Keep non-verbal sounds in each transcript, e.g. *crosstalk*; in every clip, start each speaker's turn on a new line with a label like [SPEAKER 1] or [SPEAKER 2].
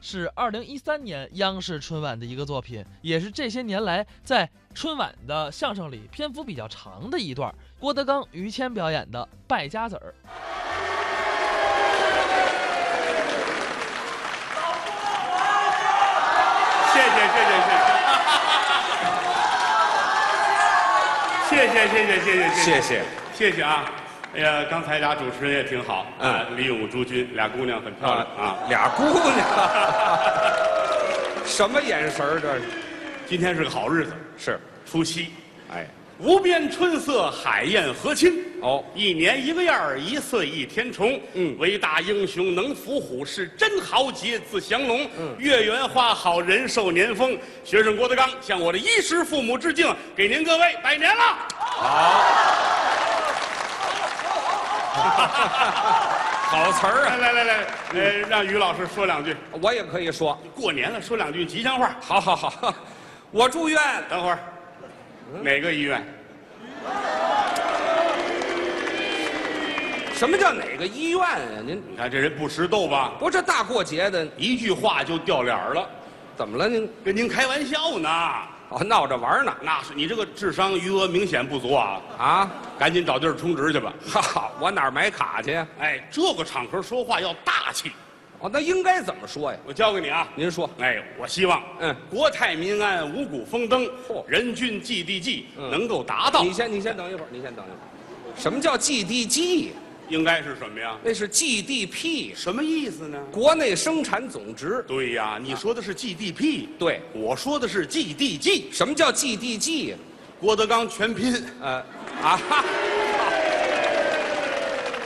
[SPEAKER 1] 是二零一三年央视春晚的一个作品，也是这些年来在春晚的相声里篇幅比较长的一段，郭德纲、于谦表演的《败家子儿》。
[SPEAKER 2] 谢谢谢谢谢谢，谢谢谢谢谢谢谢
[SPEAKER 3] 谢谢。
[SPEAKER 2] 谢谢啊！哎呀，刚才俩主持人也挺好，
[SPEAKER 3] 嗯
[SPEAKER 2] 啊，李咏、朱军俩姑娘很漂亮啊。
[SPEAKER 3] 俩姑娘， *laughs* 什么眼神儿这是？
[SPEAKER 2] 今天是个好日子，
[SPEAKER 3] 是，
[SPEAKER 2] 除夕，
[SPEAKER 3] 哎，
[SPEAKER 2] 无边春色，海燕和亲。
[SPEAKER 3] 哦
[SPEAKER 2] 一年一个样儿，一岁一天虫。
[SPEAKER 3] 嗯
[SPEAKER 2] 为大英雄能伏虎，是真豪杰字降龙。嗯，月圆花好人寿年丰。学生郭德纲向我的衣食父母致敬，给您各位拜年了。
[SPEAKER 3] 好词儿
[SPEAKER 2] 来
[SPEAKER 3] 啊，
[SPEAKER 2] 来来来，呃，让于老师说两句。
[SPEAKER 3] 我也可以说。
[SPEAKER 2] 过年了，说两句吉祥话。
[SPEAKER 3] 好好好，我住院
[SPEAKER 2] 等会儿，哪个医院？
[SPEAKER 3] 什么叫哪个医院啊？您
[SPEAKER 2] 你看这人不识逗吧？
[SPEAKER 3] 不是大过节的，
[SPEAKER 2] 一句话就掉脸儿了，
[SPEAKER 3] 怎么了您？
[SPEAKER 2] 跟您开玩笑呢。
[SPEAKER 3] 哦，闹着玩呢
[SPEAKER 2] 那是你这个智商余额明显不足啊，
[SPEAKER 3] 啊？ *laughs*
[SPEAKER 2] 赶紧找地儿充值去吧。
[SPEAKER 3] 哈哈，我哪儿买卡去呀？
[SPEAKER 2] 哎，这个场合说话要大气。
[SPEAKER 3] 哦，那应该怎么说呀？
[SPEAKER 2] 我教给你啊，
[SPEAKER 3] 您说
[SPEAKER 2] 哎，我希望，
[SPEAKER 3] 嗯
[SPEAKER 2] 国泰民安，五谷丰登，
[SPEAKER 3] 嚯
[SPEAKER 2] 人均 GDP
[SPEAKER 3] 嗯
[SPEAKER 2] 能够达到
[SPEAKER 3] 你，先，你先等一会儿，你先等一会儿。什么叫 GDG？
[SPEAKER 2] 应该是什么呀？
[SPEAKER 3] 那是 GDP，
[SPEAKER 2] 什么意思呢？
[SPEAKER 3] 国内生产总值。
[SPEAKER 2] 对呀，你说的是 GDP，
[SPEAKER 3] 对，
[SPEAKER 2] 我说的是 GDG，
[SPEAKER 3] 什么叫 GDG？
[SPEAKER 2] 郭德纲全拼。
[SPEAKER 3] 呃，啊 *laughs* 哈，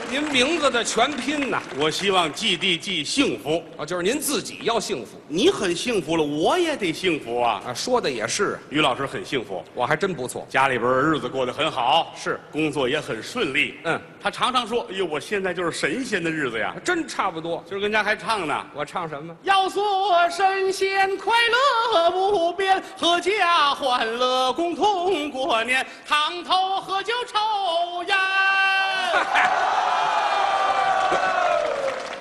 [SPEAKER 3] 您名字的全拼呐、
[SPEAKER 2] 我希望 GDG 幸福，
[SPEAKER 3] 哦，就是您自己要幸福
[SPEAKER 2] 你很幸福了，我也得幸福啊。
[SPEAKER 3] 啊。说的也是，
[SPEAKER 2] 于老师很幸福，
[SPEAKER 3] 我还真不错。
[SPEAKER 2] 家里边日子过得很好，
[SPEAKER 3] 是
[SPEAKER 2] 工作也很顺利。
[SPEAKER 3] 嗯，
[SPEAKER 2] 他常常说：“哎呦，我现在就是神仙的日子呀
[SPEAKER 3] 还！”真差不多。
[SPEAKER 2] 今儿跟家还唱呢。
[SPEAKER 3] 我唱什么？
[SPEAKER 2] 要做神仙，快乐无边，阖家欢乐，共同过年，堂头喝酒抽烟。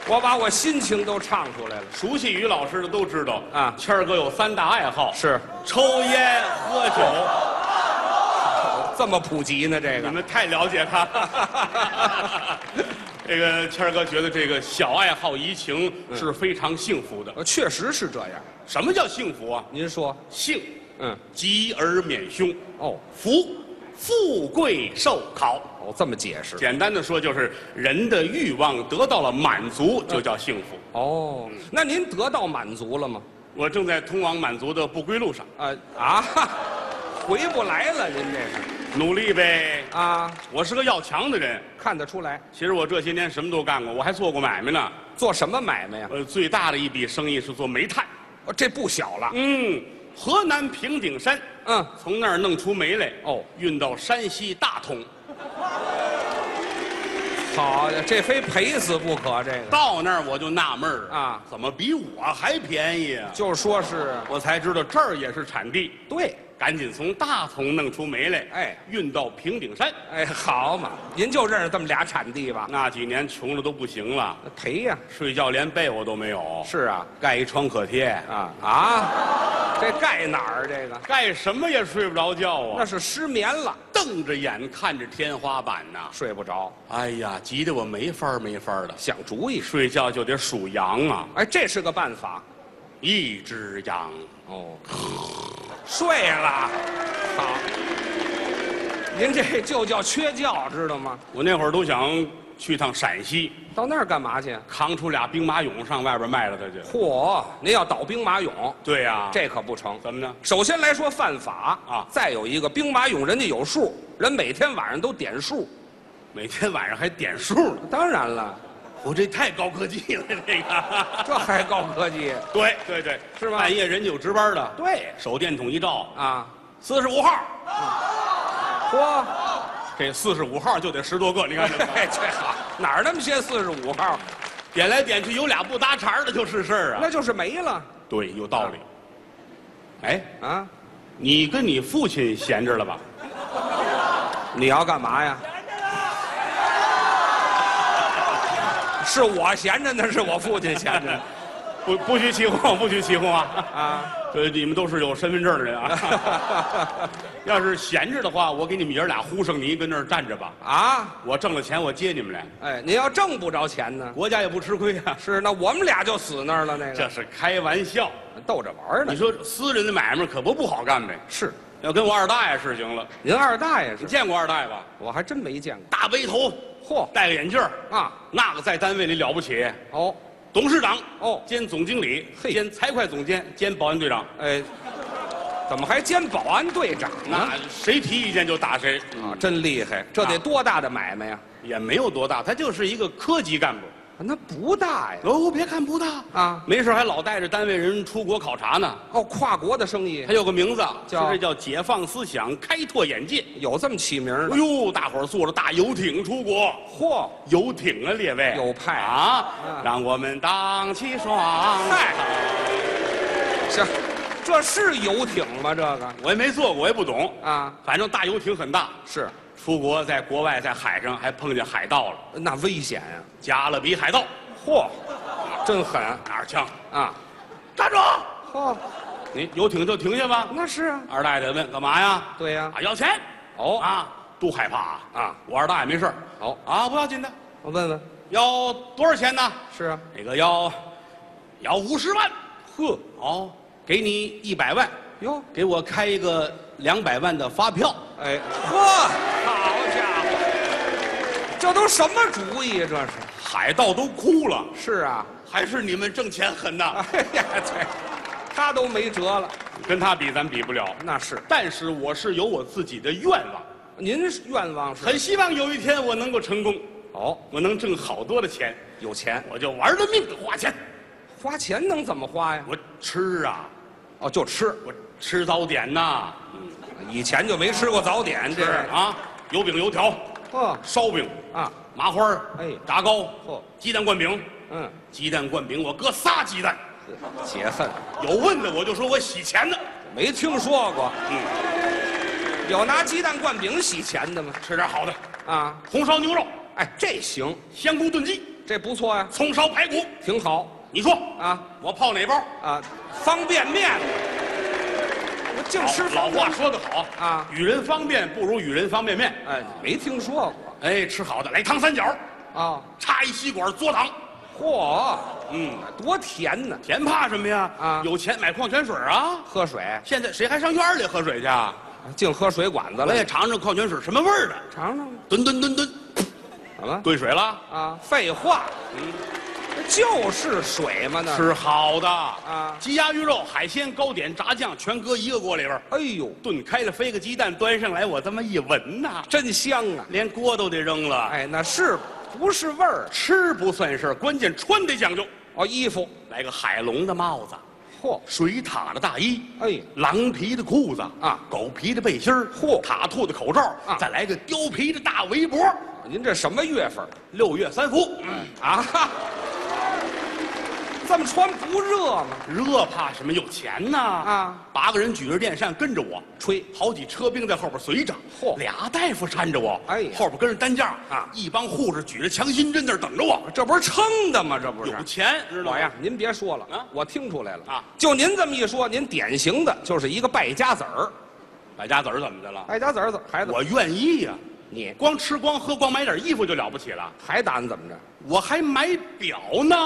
[SPEAKER 3] 我把我心情都唱出来了。
[SPEAKER 2] 熟悉于老师的都知道
[SPEAKER 3] 啊
[SPEAKER 2] 谦儿哥有三大爱好：
[SPEAKER 3] 是
[SPEAKER 2] 抽烟、喝酒。
[SPEAKER 3] *laughs* 这么普及呢？这
[SPEAKER 2] 你
[SPEAKER 3] 个
[SPEAKER 2] 们太了解他
[SPEAKER 3] *laughs*
[SPEAKER 2] 了。这个谦儿哥觉得这个小爱好怡情
[SPEAKER 3] 嗯
[SPEAKER 2] 是非常幸福的。
[SPEAKER 3] 呃确实是这样。
[SPEAKER 2] 什么叫幸福啊？
[SPEAKER 3] 您说，
[SPEAKER 2] 幸，
[SPEAKER 3] 嗯，
[SPEAKER 2] 吉而免凶；
[SPEAKER 3] 哦
[SPEAKER 2] 福，富贵寿考。
[SPEAKER 3] 哦，这么解释。
[SPEAKER 2] 简单的说，就是人的欲望得到了满
[SPEAKER 3] 嗯
[SPEAKER 2] 足，就叫幸福。
[SPEAKER 3] 哦，那您得到满足了吗？
[SPEAKER 2] 我正在通往满足的不归路上，
[SPEAKER 3] 啊啊，哈回不来了，您这是
[SPEAKER 2] 努力呗。
[SPEAKER 3] 啊，
[SPEAKER 2] 我是个要强的人，
[SPEAKER 3] 看得出来。
[SPEAKER 2] 其实我这些年什么都干过，我还做过买卖呢。
[SPEAKER 3] 做什么买卖呀、
[SPEAKER 2] 呃，最大的一笔生意是做煤炭。
[SPEAKER 3] 哦，这不小了。
[SPEAKER 2] 嗯，河南平顶山，
[SPEAKER 3] 嗯，
[SPEAKER 2] 从那儿弄出煤来，
[SPEAKER 3] 哦，
[SPEAKER 2] 运到山西大同，
[SPEAKER 3] 好，这非赔死不可。这个
[SPEAKER 2] 到那儿我就纳闷儿
[SPEAKER 3] 啊
[SPEAKER 2] 怎么比我还便宜啊？
[SPEAKER 3] 就说是
[SPEAKER 2] 我才知道这儿也是产地，
[SPEAKER 3] 对。
[SPEAKER 2] 赶紧从大同弄出煤来，
[SPEAKER 3] 哎
[SPEAKER 2] 运到平顶山。
[SPEAKER 3] 哎，好嘛，您就认识这么俩产地吧？
[SPEAKER 2] 那几年穷的都不行了，
[SPEAKER 3] 那赔呀、
[SPEAKER 2] 睡觉连被窝都没有，
[SPEAKER 3] 是啊，
[SPEAKER 2] 盖一创可贴，
[SPEAKER 3] 啊啊，这盖哪儿？这个
[SPEAKER 2] 盖什么也睡不着觉
[SPEAKER 3] 那
[SPEAKER 2] 啊，
[SPEAKER 3] 是失眠了，
[SPEAKER 2] 瞪着眼看着天花板呐。
[SPEAKER 3] 睡不着，
[SPEAKER 2] 哎呀，急得我没法儿没法儿的，
[SPEAKER 3] 想主意。
[SPEAKER 2] 睡觉就得数羊啊。
[SPEAKER 3] 哎，这是个办法。
[SPEAKER 2] 一只羊，
[SPEAKER 3] 哦，睡了，好。您这就叫缺觉，知道吗？
[SPEAKER 2] 我那会儿都想去趟陕西，
[SPEAKER 3] 到那儿干嘛去？
[SPEAKER 2] 扛出俩兵马俑上外边卖了它去。
[SPEAKER 3] 嚯，您要倒兵马俑，
[SPEAKER 2] 对呀、
[SPEAKER 3] 这可不成。
[SPEAKER 2] 怎么呢？
[SPEAKER 3] 首先来说犯法
[SPEAKER 2] 啊
[SPEAKER 3] 再有一个兵马俑，人家有数，人每天晚上都点数。
[SPEAKER 2] 每天晚上还点数呢，
[SPEAKER 3] 当然了，
[SPEAKER 2] 我这太高科技了，这个。
[SPEAKER 3] 这还高科技？
[SPEAKER 2] 对对对，
[SPEAKER 3] 是吗
[SPEAKER 2] 半夜人家有值班的，
[SPEAKER 3] 对
[SPEAKER 2] 手电筒一照，
[SPEAKER 3] 啊，
[SPEAKER 2] 四十五号，
[SPEAKER 3] 嚯，
[SPEAKER 2] 这四十五号就得十多个，你看
[SPEAKER 3] *laughs*
[SPEAKER 2] 这
[SPEAKER 3] 哎，这好，哪儿那么些四十五号？
[SPEAKER 2] 点来点去有俩不搭茬儿的就是事儿啊。
[SPEAKER 3] 那就是没了
[SPEAKER 2] 对，有道理。哎，
[SPEAKER 3] 啊！
[SPEAKER 2] 你跟你父亲闲着了吧？
[SPEAKER 3] 你要干嘛呀？是我闲着呢，是我父亲闲着呢。
[SPEAKER 2] 不不许起哄，不许起哄啊！
[SPEAKER 3] 啊，
[SPEAKER 2] 呃，你们都是有身份证的人 *laughs* 啊。要是闲着的话，我给你们爷儿俩呼上泥，跟那儿站着吧。
[SPEAKER 3] 啊，
[SPEAKER 2] 我挣了钱，我接你们来，
[SPEAKER 3] 哎，您要挣不着钱呢，
[SPEAKER 2] 国家也不吃亏啊。
[SPEAKER 3] 是那我们俩就死那儿了，那
[SPEAKER 2] 这
[SPEAKER 3] 个
[SPEAKER 2] 是开玩笑。
[SPEAKER 3] 逗着玩儿呢
[SPEAKER 2] 你。说私人的买卖可不不好干呗？
[SPEAKER 3] 是，
[SPEAKER 2] 要跟我二大爷是行了，
[SPEAKER 3] 您二大爷
[SPEAKER 2] 你
[SPEAKER 3] 是，
[SPEAKER 2] 见过二大爷吧？
[SPEAKER 3] 我还真没见过。
[SPEAKER 2] 大背头，
[SPEAKER 3] 嚯
[SPEAKER 2] 戴个眼镜儿
[SPEAKER 3] 啊，
[SPEAKER 2] 那个在单位里了不起，
[SPEAKER 3] 哦，
[SPEAKER 2] 董事长
[SPEAKER 3] 哦
[SPEAKER 2] 兼总经理
[SPEAKER 3] 嘿
[SPEAKER 2] 兼财会总监兼保安队长，
[SPEAKER 3] 哎，怎么还兼保安队长
[SPEAKER 2] 那
[SPEAKER 3] 呢？
[SPEAKER 2] 谁提意见就打谁
[SPEAKER 3] 啊，真厉害！这得
[SPEAKER 2] 啊
[SPEAKER 3] 多大的买卖呀？啊
[SPEAKER 2] 也没有多大，他就是一个科级干部。
[SPEAKER 3] 那不大呀。
[SPEAKER 2] 哦，别看不大
[SPEAKER 3] 啊
[SPEAKER 2] 没事还老带着单位人出国考察呢。
[SPEAKER 3] 哦，跨国的生意
[SPEAKER 2] 他有个名字，
[SPEAKER 3] 叫
[SPEAKER 2] 说这叫解放思想，开拓眼界。
[SPEAKER 3] 有这么起名儿
[SPEAKER 2] 哎
[SPEAKER 3] 的？
[SPEAKER 2] 呦，大伙儿坐着大游艇出国，
[SPEAKER 3] 嚯，
[SPEAKER 2] 游艇啊，列位
[SPEAKER 3] 有派
[SPEAKER 2] 啊
[SPEAKER 3] 嗯，
[SPEAKER 2] 让我们荡起双
[SPEAKER 3] 嗨，哎行，这是游艇吗？这个
[SPEAKER 2] 我也没坐过，我也不懂，
[SPEAKER 3] 啊，
[SPEAKER 2] 反正大游艇很大。
[SPEAKER 3] 是，
[SPEAKER 2] 出国在国外在海上还碰见海盗了，
[SPEAKER 3] 那危险呀、
[SPEAKER 2] 加勒比海盗，
[SPEAKER 3] 嚯，真狠
[SPEAKER 2] 拿着枪，
[SPEAKER 3] 啊！
[SPEAKER 2] 站住！
[SPEAKER 3] 嚯，
[SPEAKER 2] 你游艇就停下吧。
[SPEAKER 3] 那是啊，
[SPEAKER 2] 二大爷得问干嘛呀？
[SPEAKER 3] 对呀、
[SPEAKER 2] 啊，要钱。
[SPEAKER 3] 哦
[SPEAKER 2] 啊，都害怕啊
[SPEAKER 3] 啊！哦
[SPEAKER 2] 我二大爷没事儿
[SPEAKER 3] 好，
[SPEAKER 2] 啊，不要紧的。
[SPEAKER 3] 我问问，
[SPEAKER 2] 要多少钱呢？
[SPEAKER 3] 是啊，
[SPEAKER 2] 那个要，要五十万。
[SPEAKER 3] 呵，
[SPEAKER 2] 哦，给你一百万，
[SPEAKER 3] 哟，
[SPEAKER 2] 给我开一个两百万的发票。
[SPEAKER 3] 哎，呵，好家伙，这都什么主意啊？这是？
[SPEAKER 2] 海盗都哭了，
[SPEAKER 3] 是啊，
[SPEAKER 2] 还是你们挣钱狠呐！
[SPEAKER 3] *laughs* 哎呀，对，他都没辙了。
[SPEAKER 2] *laughs* 跟他比，咱比不了。
[SPEAKER 3] 那是，
[SPEAKER 2] 但是我是有我自己的愿望，
[SPEAKER 3] 您是愿望是？
[SPEAKER 2] 很希望有一天我能够成功，
[SPEAKER 3] 哦，
[SPEAKER 2] 我能挣好多的钱，
[SPEAKER 3] 有钱，
[SPEAKER 2] 我就玩了命的花钱。
[SPEAKER 3] 花钱能怎么花呀？
[SPEAKER 2] 我吃啊，
[SPEAKER 3] 哦，就吃，
[SPEAKER 2] 我吃早点呐、
[SPEAKER 3] 以前就没吃过早点，
[SPEAKER 2] 是
[SPEAKER 3] 这
[SPEAKER 2] 啊，油饼、油条、
[SPEAKER 3] 呵
[SPEAKER 2] 烧饼、
[SPEAKER 3] 啊，
[SPEAKER 2] 麻花儿
[SPEAKER 3] 哎
[SPEAKER 2] 炸糕、
[SPEAKER 3] 嚯
[SPEAKER 2] 鸡蛋灌饼，
[SPEAKER 3] 嗯，
[SPEAKER 2] 鸡蛋灌饼我搁仨鸡蛋，
[SPEAKER 3] 解恨，
[SPEAKER 2] 有问的我就说我洗钱的，
[SPEAKER 3] 没听说过
[SPEAKER 2] 嗯，
[SPEAKER 3] 有拿鸡蛋灌饼洗钱的吗？
[SPEAKER 2] 吃点好的，
[SPEAKER 3] 啊，
[SPEAKER 2] 红烧牛肉、
[SPEAKER 3] 哎，这行，
[SPEAKER 2] 香菇炖鸡、
[SPEAKER 3] 这不错呀，
[SPEAKER 2] 葱烧排骨，
[SPEAKER 3] 挺好
[SPEAKER 2] 你说
[SPEAKER 3] 啊
[SPEAKER 2] 我泡哪包？
[SPEAKER 3] 啊，方便面，我净吃
[SPEAKER 2] 老
[SPEAKER 3] 方便
[SPEAKER 2] 话说得好
[SPEAKER 3] 啊
[SPEAKER 2] 与人方便不如与人方便面。
[SPEAKER 3] 哎，没听说过
[SPEAKER 2] 哎，吃好的，来糖三角，
[SPEAKER 3] 啊，
[SPEAKER 2] 插一吸管嘬糖，
[SPEAKER 3] 嚯，
[SPEAKER 2] 嗯，
[SPEAKER 3] 多甜呢！
[SPEAKER 2] 甜怕什么呀？
[SPEAKER 3] 啊
[SPEAKER 2] 有钱买矿泉水啊！
[SPEAKER 3] 喝水，
[SPEAKER 2] 现在谁还上院儿里喝水去啊？
[SPEAKER 3] 净喝水管子
[SPEAKER 2] 我
[SPEAKER 3] 了
[SPEAKER 2] 也，尝尝矿泉水什么味儿的，
[SPEAKER 3] 尝尝吧
[SPEAKER 2] 吨吨吨吨，
[SPEAKER 3] 怎么？
[SPEAKER 2] 兑水了，
[SPEAKER 3] 啊，废话，嗯，就是水嘛那。
[SPEAKER 2] 吃好的
[SPEAKER 3] 嗯啊
[SPEAKER 2] 鸡鸭鱼肉、海鲜、糕点、炸酱，全搁一个锅里边儿
[SPEAKER 3] 哎呦，
[SPEAKER 2] 炖开了，飞个鸡蛋端上来，我这么一闻呐、
[SPEAKER 3] 真香啊！
[SPEAKER 2] 连锅都得扔了。
[SPEAKER 3] 哎，那是不是味儿？
[SPEAKER 2] 吃不算事儿，关键穿得讲究，
[SPEAKER 3] 哦，衣服，
[SPEAKER 2] 来个海龙的帽子，
[SPEAKER 3] 嚯，
[SPEAKER 2] 水獭的大衣，
[SPEAKER 3] 哎，
[SPEAKER 2] 狼皮的裤子
[SPEAKER 3] 啊
[SPEAKER 2] 狗皮的背心儿，
[SPEAKER 3] 嚯
[SPEAKER 2] 塔兔的口罩，
[SPEAKER 3] 啊
[SPEAKER 2] 再来个貂皮的大围脖，
[SPEAKER 3] 您这什么月份儿
[SPEAKER 2] 六月三伏，嗯，
[SPEAKER 3] 啊？哈这么穿不热吗？
[SPEAKER 2] 热怕什么？有钱呐！
[SPEAKER 3] 啊，
[SPEAKER 2] 八个人举着电扇跟着我，
[SPEAKER 3] 吹
[SPEAKER 2] 好几车兵在后边随着，
[SPEAKER 3] 嚯
[SPEAKER 2] 俩大夫搀着我，
[SPEAKER 3] 哎呀
[SPEAKER 2] 后边跟着担架
[SPEAKER 3] 啊
[SPEAKER 2] 一帮护士举着强心针在那儿等着我，
[SPEAKER 3] 这不是撑的吗？这不是
[SPEAKER 2] 有。钱知道吗
[SPEAKER 3] 我呀，您别说了
[SPEAKER 2] 啊
[SPEAKER 3] 我听出来了
[SPEAKER 2] 啊
[SPEAKER 3] 就您这么一说，您典型的就是一个败家子儿，
[SPEAKER 2] 败家子儿怎么的了？
[SPEAKER 3] 败家子儿怎孩子，
[SPEAKER 2] 我愿意呀、
[SPEAKER 3] 哎你
[SPEAKER 2] 光吃光喝光买点衣服就了不起了，
[SPEAKER 3] 还打算怎么着？
[SPEAKER 2] 我还买表呢，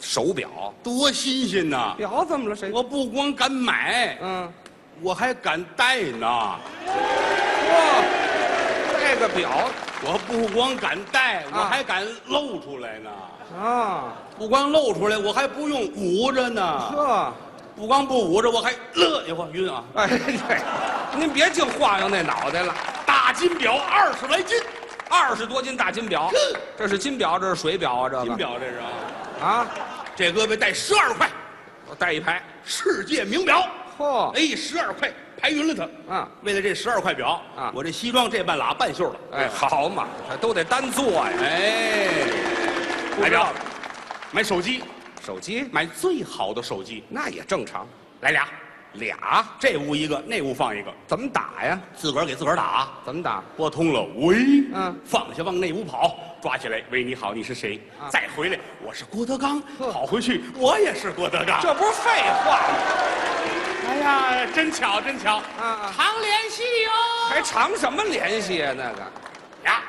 [SPEAKER 3] 手表，
[SPEAKER 2] 多新鲜呐！
[SPEAKER 3] 表怎么了？谁？
[SPEAKER 2] 我不光敢买，
[SPEAKER 3] 哎嗯，
[SPEAKER 2] 我还敢戴呢。
[SPEAKER 3] 哇，戴个表
[SPEAKER 2] 我不光敢戴，我
[SPEAKER 3] 啊
[SPEAKER 2] 还敢露出来呢。
[SPEAKER 3] 啊，
[SPEAKER 2] 不光露出来，我还不用捂着呢。
[SPEAKER 3] 呵，
[SPEAKER 2] 不光不捂着，我还乐一会儿晕啊！
[SPEAKER 3] 哎，对，您别净晃悠那脑袋了。
[SPEAKER 2] 大金表二十来斤，
[SPEAKER 3] 二十多斤大金表，这是金表，这是水表啊，这个
[SPEAKER 2] 金表这是啊，
[SPEAKER 3] 啊，
[SPEAKER 2] 这胳膊戴十二块，
[SPEAKER 3] 我带一排，
[SPEAKER 2] 世界名表。
[SPEAKER 3] 嚯、
[SPEAKER 2] 哎，十二块排匀了它。
[SPEAKER 3] 哦啊，
[SPEAKER 2] 为了这十二块表
[SPEAKER 3] 啊
[SPEAKER 2] 我这西装这半拉半袖了。
[SPEAKER 3] 哎，好嘛，这都得单做呀，
[SPEAKER 2] 哎，
[SPEAKER 3] 不
[SPEAKER 2] 买
[SPEAKER 3] 知道
[SPEAKER 2] 表，买手机，
[SPEAKER 3] 手机
[SPEAKER 2] 买最好的手机，
[SPEAKER 3] 那也正常，
[SPEAKER 2] 来俩，俩，这屋一个，那屋放一个，
[SPEAKER 3] 怎么打呀？
[SPEAKER 2] 自个儿给自个儿打。
[SPEAKER 3] 怎么打？
[SPEAKER 2] 拨通了，喂，
[SPEAKER 3] 嗯
[SPEAKER 2] 放下，往那屋跑，抓起来，喂，你好，你是谁？
[SPEAKER 3] 啊
[SPEAKER 2] 再回来，我是郭德纲，
[SPEAKER 3] 呵
[SPEAKER 2] 跑回去，我也是郭德纲。
[SPEAKER 3] 这不是废话吗？
[SPEAKER 2] 哎呀， *laughs* 真巧，真巧，
[SPEAKER 3] 啊
[SPEAKER 2] 常联系哟。
[SPEAKER 3] 还长什么联系呀？那个，
[SPEAKER 2] 呀，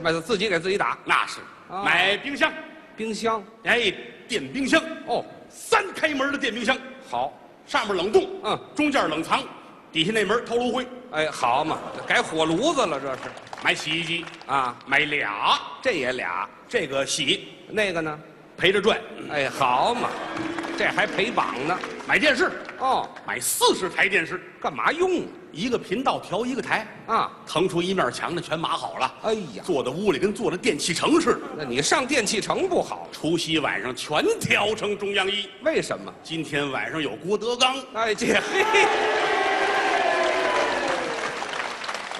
[SPEAKER 3] 买自己给自己打
[SPEAKER 2] 那是
[SPEAKER 3] 啊
[SPEAKER 2] 买冰箱，
[SPEAKER 3] 冰箱
[SPEAKER 2] 哎，电冰箱，
[SPEAKER 3] 哦，
[SPEAKER 2] 三开门的电冰箱，
[SPEAKER 3] 好，
[SPEAKER 2] 上面冷冻，
[SPEAKER 3] 嗯，
[SPEAKER 2] 中间冷藏，底下那门掏炉灰。
[SPEAKER 3] 哎，好嘛，这改火炉子了，这是
[SPEAKER 2] 买洗衣机，
[SPEAKER 3] 啊，
[SPEAKER 2] 买俩，
[SPEAKER 3] 这也俩，
[SPEAKER 2] 这个洗
[SPEAKER 3] 那个呢？
[SPEAKER 2] 陪着转，嗯
[SPEAKER 3] 哎，好嘛，这还陪榜呢。
[SPEAKER 2] 买电视，
[SPEAKER 3] 哦，
[SPEAKER 2] 买四十台电视，
[SPEAKER 3] 干嘛用
[SPEAKER 2] 一个频道调一个台。
[SPEAKER 3] 啊？
[SPEAKER 2] 腾出一面墙的全码好了。
[SPEAKER 3] 哎呀
[SPEAKER 2] 坐在屋里跟坐在电器城似的。
[SPEAKER 3] 那你上电器城不好？
[SPEAKER 2] 除夕晚上全调成中央一。
[SPEAKER 3] 为什么？
[SPEAKER 2] 今天晚上有郭德纲，
[SPEAKER 3] 哎，这嘿，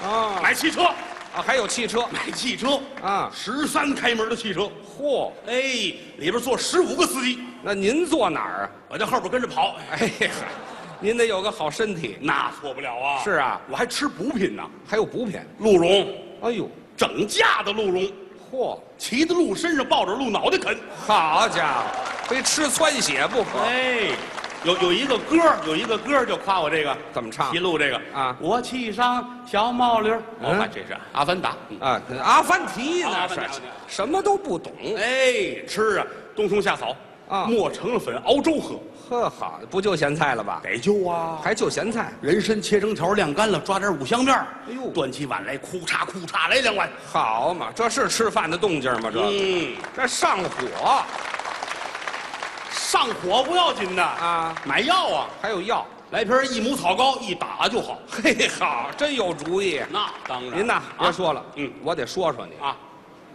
[SPEAKER 3] 啊
[SPEAKER 2] 买汽车，
[SPEAKER 3] 啊，还有汽车，
[SPEAKER 2] 买汽车
[SPEAKER 3] 啊
[SPEAKER 2] 十三开门的汽车，
[SPEAKER 3] 嚯，
[SPEAKER 2] 哎，里边坐十五个司机，
[SPEAKER 3] 那您坐哪儿啊？
[SPEAKER 2] 我在后边跟着跑，
[SPEAKER 3] 哎呀，您得有个好身体，
[SPEAKER 2] 那错不了啊。
[SPEAKER 3] 是啊
[SPEAKER 2] 我还吃补品呢，
[SPEAKER 3] 还有补品。
[SPEAKER 2] 鹿茸，
[SPEAKER 3] 哎呦，
[SPEAKER 2] 整架的鹿茸，
[SPEAKER 3] 嚯，
[SPEAKER 2] 骑在鹿身上抱着鹿脑袋啃。
[SPEAKER 3] 好家伙，非吃窜血不可。
[SPEAKER 2] 哎，有有一个歌儿，有一个歌儿就夸我这个
[SPEAKER 3] 怎么唱
[SPEAKER 2] 齐路这个
[SPEAKER 3] 啊
[SPEAKER 2] 我沏上小帽铃儿，我
[SPEAKER 3] 嗯
[SPEAKER 2] 看这是《阿凡达》嗯。
[SPEAKER 3] 啊，阿凡提
[SPEAKER 2] 阿
[SPEAKER 3] 那
[SPEAKER 2] 凡
[SPEAKER 3] 是
[SPEAKER 2] 达
[SPEAKER 3] 什么都不懂。
[SPEAKER 2] 哎，吃啊，冬虫夏草
[SPEAKER 3] 啊
[SPEAKER 2] 磨成了粉熬粥喝，
[SPEAKER 3] 呵，好，不就咸菜了吧？
[SPEAKER 2] 得救啊！
[SPEAKER 3] 还就咸菜，
[SPEAKER 2] 人参切成条晾干了，抓点五香面儿
[SPEAKER 3] 哎呦
[SPEAKER 2] 端起碗来，哭嚓哭嚓来两碗。
[SPEAKER 3] 好嘛，这是吃饭的动静吗？这个、
[SPEAKER 2] 嗯，
[SPEAKER 3] 这上火
[SPEAKER 2] 上火不要紧的
[SPEAKER 3] 啊，
[SPEAKER 2] 买药啊，
[SPEAKER 3] 还有药，
[SPEAKER 2] 来瓶儿益母草膏一打就好。
[SPEAKER 3] *laughs* 嘿，好，真有主意。
[SPEAKER 2] 那当然，
[SPEAKER 3] 您呐，别说了，
[SPEAKER 2] 嗯
[SPEAKER 3] 我得说说你。
[SPEAKER 2] 啊，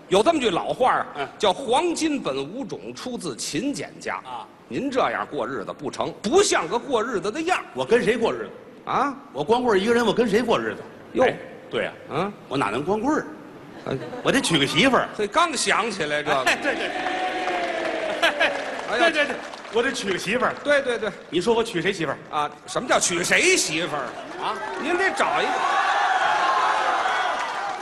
[SPEAKER 3] 有这么句老话儿
[SPEAKER 2] 嗯
[SPEAKER 3] 叫“黄金本无种，出自勤俭家”。
[SPEAKER 2] 啊，
[SPEAKER 3] 您这样过日子不成，不像个过日子的样
[SPEAKER 2] 我跟谁过日子？
[SPEAKER 3] 儿啊。
[SPEAKER 2] 我光棍儿一个人，我跟谁过日子？
[SPEAKER 3] 哟
[SPEAKER 2] 哎对呀、
[SPEAKER 3] 嗯，
[SPEAKER 2] 我哪能光棍儿？
[SPEAKER 3] 哎
[SPEAKER 2] 我得娶个媳妇儿。
[SPEAKER 3] 这刚想起来这个，
[SPEAKER 2] 哎，对对，
[SPEAKER 3] 哎
[SPEAKER 2] 哎
[SPEAKER 3] 呀
[SPEAKER 2] 对对对，我得娶个媳妇儿。
[SPEAKER 3] 对对对
[SPEAKER 2] 你说我娶谁媳妇儿
[SPEAKER 3] 啊，什么叫娶谁媳妇儿？
[SPEAKER 2] 啊？
[SPEAKER 3] 您得找一个。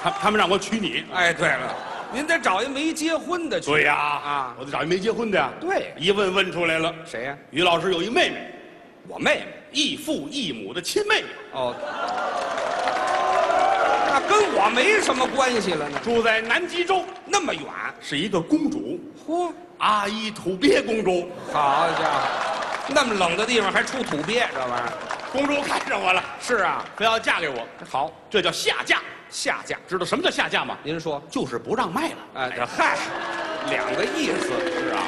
[SPEAKER 2] 他他们让我娶你。
[SPEAKER 3] 哎，对了，您得找一没结婚的去。
[SPEAKER 2] 对呀，
[SPEAKER 3] 啊
[SPEAKER 2] 我得找一没结婚的呀。
[SPEAKER 3] 对
[SPEAKER 2] 一问问出来了，
[SPEAKER 3] 谁呀、
[SPEAKER 2] 于老师有一妹妹，
[SPEAKER 3] 我妹妹。
[SPEAKER 2] 异父异母的亲妹妹，
[SPEAKER 3] 哦，那跟我没什么关系了呢。
[SPEAKER 2] 住在南极洲，
[SPEAKER 3] 那么远，
[SPEAKER 2] 是一个公主，
[SPEAKER 3] 嚯，
[SPEAKER 2] 阿依土鳖公主。
[SPEAKER 3] 好家伙，那么冷的地方还出土鳖，这玩意儿。
[SPEAKER 2] 公主看上我了，
[SPEAKER 3] 是啊，
[SPEAKER 2] 非要嫁给我，
[SPEAKER 3] 好
[SPEAKER 2] 这叫下嫁。
[SPEAKER 3] 下嫁。
[SPEAKER 2] 知道什么叫下嫁吗？
[SPEAKER 3] 您说，
[SPEAKER 2] 就是不让卖了。
[SPEAKER 3] 哎，这嗨，两个意思。
[SPEAKER 2] 是啊，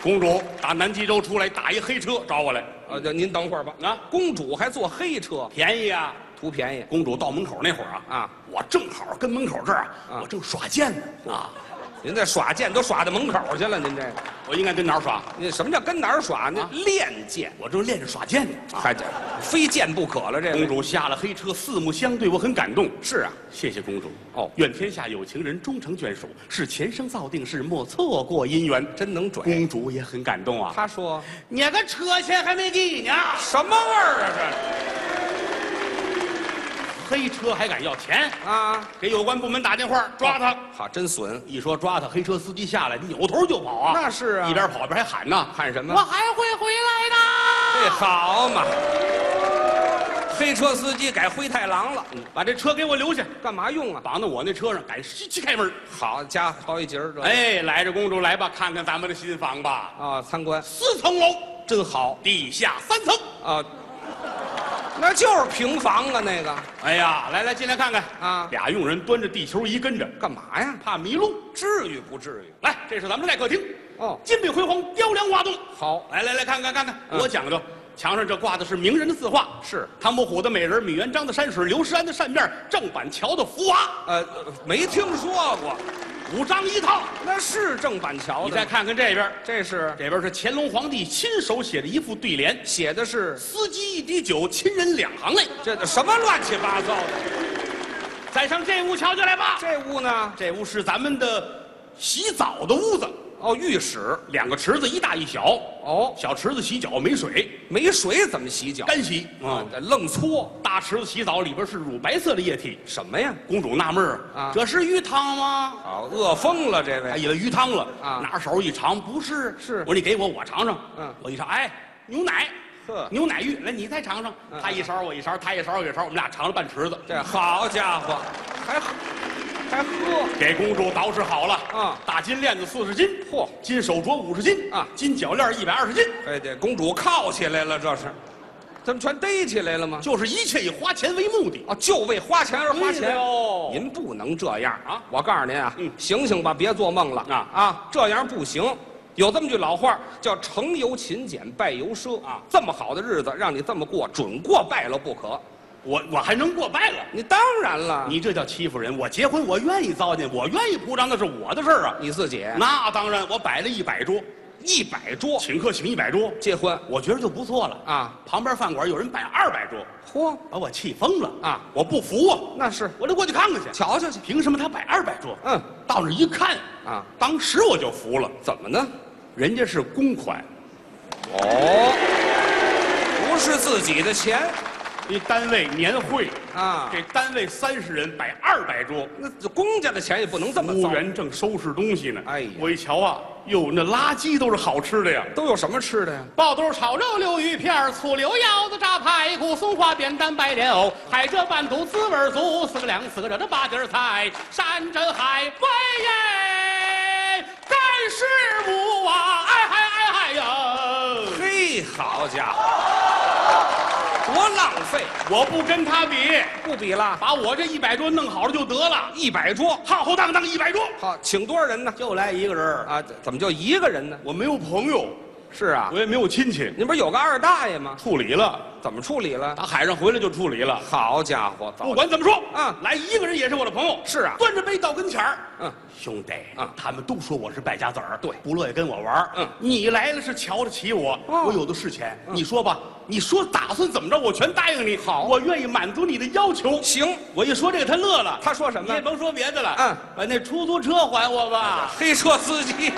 [SPEAKER 2] 公主打南极洲出来，打一黑车找我来，
[SPEAKER 3] 呃，就您等会儿吧。
[SPEAKER 2] 啊
[SPEAKER 3] 公主还坐黑车，
[SPEAKER 2] 便宜啊！
[SPEAKER 3] 图便宜。
[SPEAKER 2] 公主到门口那会儿啊，
[SPEAKER 3] 啊，
[SPEAKER 2] 我正好跟门口这儿啊，
[SPEAKER 3] 啊
[SPEAKER 2] 我正耍剑呢啊，
[SPEAKER 3] 您这耍剑都耍到门口去了，您这个，
[SPEAKER 2] 我应该跟哪儿耍？
[SPEAKER 3] 您什么叫跟哪儿耍？您
[SPEAKER 2] 啊
[SPEAKER 3] 练剑，
[SPEAKER 2] 我正练着耍剑呢。啊
[SPEAKER 3] 嗨，这非剑不可了。这
[SPEAKER 2] 公
[SPEAKER 3] 个
[SPEAKER 2] 主下了黑车，四目相对，我很感动。
[SPEAKER 3] 是啊，
[SPEAKER 2] 谢谢公主
[SPEAKER 3] 哦
[SPEAKER 2] 愿天下有情人终成眷属，是前生造定事，莫错过姻缘。
[SPEAKER 3] 真能拽。
[SPEAKER 2] 公主也很感动啊，
[SPEAKER 3] 他说
[SPEAKER 2] 你个车钱还没给呢，
[SPEAKER 3] 什么味儿啊？这是。
[SPEAKER 2] 黑车还敢要钱？
[SPEAKER 3] 啊，
[SPEAKER 2] 给有关部门打电
[SPEAKER 3] 哦
[SPEAKER 2] 话，抓他。
[SPEAKER 3] 好，真损，
[SPEAKER 2] 一说抓他，黑车司机下来，扭头就跑啊！
[SPEAKER 3] 那是啊
[SPEAKER 2] 一边跑一边还喊哎呢，
[SPEAKER 3] 喊什么
[SPEAKER 2] 我还会回来的。
[SPEAKER 3] 这好嘛！黑车司机改灰太狼了，嗯
[SPEAKER 2] 把这车给我留下，
[SPEAKER 3] 干嘛用啊？
[SPEAKER 2] 绑到我那车上，赶西西开门。
[SPEAKER 3] 好家伙，好一截儿这，哎
[SPEAKER 2] 哎，来着，公主来吧，看看咱们的新房吧，
[SPEAKER 3] 啊，参观
[SPEAKER 2] 四层楼，
[SPEAKER 3] 真好
[SPEAKER 2] 地下三层。
[SPEAKER 3] 啊，那就是平房啊，那个
[SPEAKER 2] 哎呀，来来，进来看看
[SPEAKER 3] 啊
[SPEAKER 2] 俩佣人端着地球仪跟着，
[SPEAKER 3] 干嘛呀？
[SPEAKER 2] 怕迷路。
[SPEAKER 3] 至于不至于？
[SPEAKER 2] 来，这是咱们的待客厅，
[SPEAKER 3] 哦，
[SPEAKER 2] 金碧辉煌，雕梁画栋。
[SPEAKER 3] 好，
[SPEAKER 2] 来来来，看看看看，
[SPEAKER 3] 嗯
[SPEAKER 2] 我讲究。墙上这挂的是名人的字画，
[SPEAKER 3] 是
[SPEAKER 2] 唐伯虎的美人，米元璋的山水，刘诗安的扇面，郑板桥的福娃。
[SPEAKER 3] 呃，没听说过，
[SPEAKER 2] 五张一套。
[SPEAKER 3] 那是郑板桥
[SPEAKER 2] 你
[SPEAKER 3] 的
[SPEAKER 2] 再
[SPEAKER 3] 吗，
[SPEAKER 2] 看看这边，
[SPEAKER 3] 这是
[SPEAKER 2] 这边是乾隆皇帝亲手写的一副对联：
[SPEAKER 3] 写的是
[SPEAKER 2] 司机一滴酒，亲人两行泪。
[SPEAKER 3] 这什么乱七八糟的？
[SPEAKER 2] 再上这屋瞧瞧来吧。
[SPEAKER 3] 这屋呢？
[SPEAKER 2] 这屋是咱们的洗澡的屋子，
[SPEAKER 3] 哦，浴室
[SPEAKER 2] 两个池子，一大一小。
[SPEAKER 3] 哦，
[SPEAKER 2] 小池子洗脚没水，
[SPEAKER 3] 没水怎么洗脚？
[SPEAKER 2] 干洗啊
[SPEAKER 3] 啊，愣搓
[SPEAKER 2] 大池子洗澡里边是乳白色的液体。
[SPEAKER 3] 什么呀？
[SPEAKER 2] 公主纳闷儿
[SPEAKER 3] 啊
[SPEAKER 2] 这是鱼汤吗？
[SPEAKER 3] 啊，饿疯了这
[SPEAKER 2] 他
[SPEAKER 3] 位。
[SPEAKER 2] 以哎为鱼汤了
[SPEAKER 3] 啊
[SPEAKER 2] 拿手一尝，不是，
[SPEAKER 3] 是
[SPEAKER 2] 我说你给我，我尝尝。
[SPEAKER 3] 嗯
[SPEAKER 2] 我一尝，哎，牛奶，
[SPEAKER 3] 呵
[SPEAKER 2] 牛奶浴，来你再尝尝。
[SPEAKER 3] 嗯
[SPEAKER 2] 他一勺，我一勺，他一勺，我一勺，我们俩尝了半池子，
[SPEAKER 3] 这好家伙，还喝还喝
[SPEAKER 2] 给公主捯饬好了。
[SPEAKER 3] 嗯
[SPEAKER 2] 大金链子四十斤，
[SPEAKER 3] 嚯
[SPEAKER 2] 金手镯五十斤
[SPEAKER 3] 啊
[SPEAKER 2] 金脚链一百二十斤，
[SPEAKER 3] 哎，这公主铐起来了，这是，怎么全逮起来了吗？
[SPEAKER 2] 就是一切以花钱为目的。
[SPEAKER 3] 啊，就为花钱而花
[SPEAKER 2] 哎
[SPEAKER 3] 钱
[SPEAKER 2] 呦
[SPEAKER 3] 您不能这样
[SPEAKER 2] 啊
[SPEAKER 3] 啊！我告诉您啊，
[SPEAKER 2] 嗯
[SPEAKER 3] 醒醒吧，别做梦了
[SPEAKER 2] 啊
[SPEAKER 3] 啊！这样不行。有这么句老话叫“成由勤俭，败由奢”
[SPEAKER 2] 啊
[SPEAKER 3] 这么好的日子让你这么过，准过败了不可。
[SPEAKER 2] 我我还能过败了？
[SPEAKER 3] 你当然了，
[SPEAKER 2] 你这叫欺负人！我结婚，我愿意糟践，我愿意铺张，那是我的事儿啊。
[SPEAKER 3] 你自己
[SPEAKER 2] 那当然，我摆了一百桌，
[SPEAKER 3] 一百桌
[SPEAKER 2] 请客请一百桌，
[SPEAKER 3] 结婚，
[SPEAKER 2] 我觉得就不错了
[SPEAKER 3] 啊。
[SPEAKER 2] 旁边饭馆有人摆二百桌，
[SPEAKER 3] 嚯，
[SPEAKER 2] 把我气疯了
[SPEAKER 3] 啊！
[SPEAKER 2] 我不服啊，
[SPEAKER 3] 那是
[SPEAKER 2] 我得过去看看去。
[SPEAKER 3] 瞧瞧去
[SPEAKER 2] 凭什么他摆二百桌？
[SPEAKER 3] 嗯，
[SPEAKER 2] 到那儿一看
[SPEAKER 3] 啊，
[SPEAKER 2] 当时我就服了，
[SPEAKER 3] 怎么呢？
[SPEAKER 2] 人家是公款，
[SPEAKER 3] 哦，不是自己的钱
[SPEAKER 2] 一单位年会，
[SPEAKER 3] 啊，
[SPEAKER 2] 给单位三十人摆二百桌，
[SPEAKER 3] 那公家的钱也不能这么
[SPEAKER 2] 服务
[SPEAKER 3] 糟。
[SPEAKER 2] 员正收拾东西呢。
[SPEAKER 3] 哎呀
[SPEAKER 2] 我一瞧啊，哟，那垃圾都是好吃的呀。
[SPEAKER 3] 都有什么吃的呀？
[SPEAKER 2] 爆肚、炒肉、溜鱼片儿、醋溜腰子、炸排骨、松花扁担、白莲藕、海蜇拌肚、滋味儿足，四个凉，四个热的八碟儿菜，山珍海味耶，盖世无啊！哎嗨哎嗨呀！
[SPEAKER 3] 嘿，好家伙，多浪费！
[SPEAKER 2] 我不跟他比，
[SPEAKER 3] 不比了，
[SPEAKER 2] 把我这一百桌弄好了就得了，
[SPEAKER 3] 一百桌。
[SPEAKER 2] 浩浩荡荡一百桌，
[SPEAKER 3] 好，请多少人呢？
[SPEAKER 2] 就来一个人儿。
[SPEAKER 3] 啊，怎怎么就一个人呢？
[SPEAKER 2] 我没有朋友，
[SPEAKER 3] 是啊
[SPEAKER 2] 我，也没有亲戚，
[SPEAKER 3] 您不是有个二大爷吗？
[SPEAKER 2] 处理了，
[SPEAKER 3] 怎么处理了？
[SPEAKER 2] 打海上回来就处理了。
[SPEAKER 3] 好家伙，早
[SPEAKER 2] 不管怎么说，
[SPEAKER 3] 嗯
[SPEAKER 2] 来一个人也是我的朋友。
[SPEAKER 3] 是啊
[SPEAKER 2] 端着杯到跟前儿，
[SPEAKER 3] 嗯，
[SPEAKER 2] 兄弟，
[SPEAKER 3] 啊
[SPEAKER 2] 他们都说我是败家子儿，
[SPEAKER 3] 对
[SPEAKER 2] 不乐意跟我玩儿
[SPEAKER 3] 嗯
[SPEAKER 2] 你来了是瞧得起我，
[SPEAKER 3] 哦
[SPEAKER 2] 我有的是钱，你说吧，你说打算怎么着，我全答应你。好，我愿意满足你的要求。
[SPEAKER 3] 行，
[SPEAKER 2] 我一说这个，他乐了。
[SPEAKER 3] 他说什
[SPEAKER 2] 你
[SPEAKER 3] 么
[SPEAKER 2] 也
[SPEAKER 3] 呀？
[SPEAKER 2] 甭说别的了，
[SPEAKER 3] 嗯，
[SPEAKER 2] 把那出租车还我吧。
[SPEAKER 3] 黑车司机。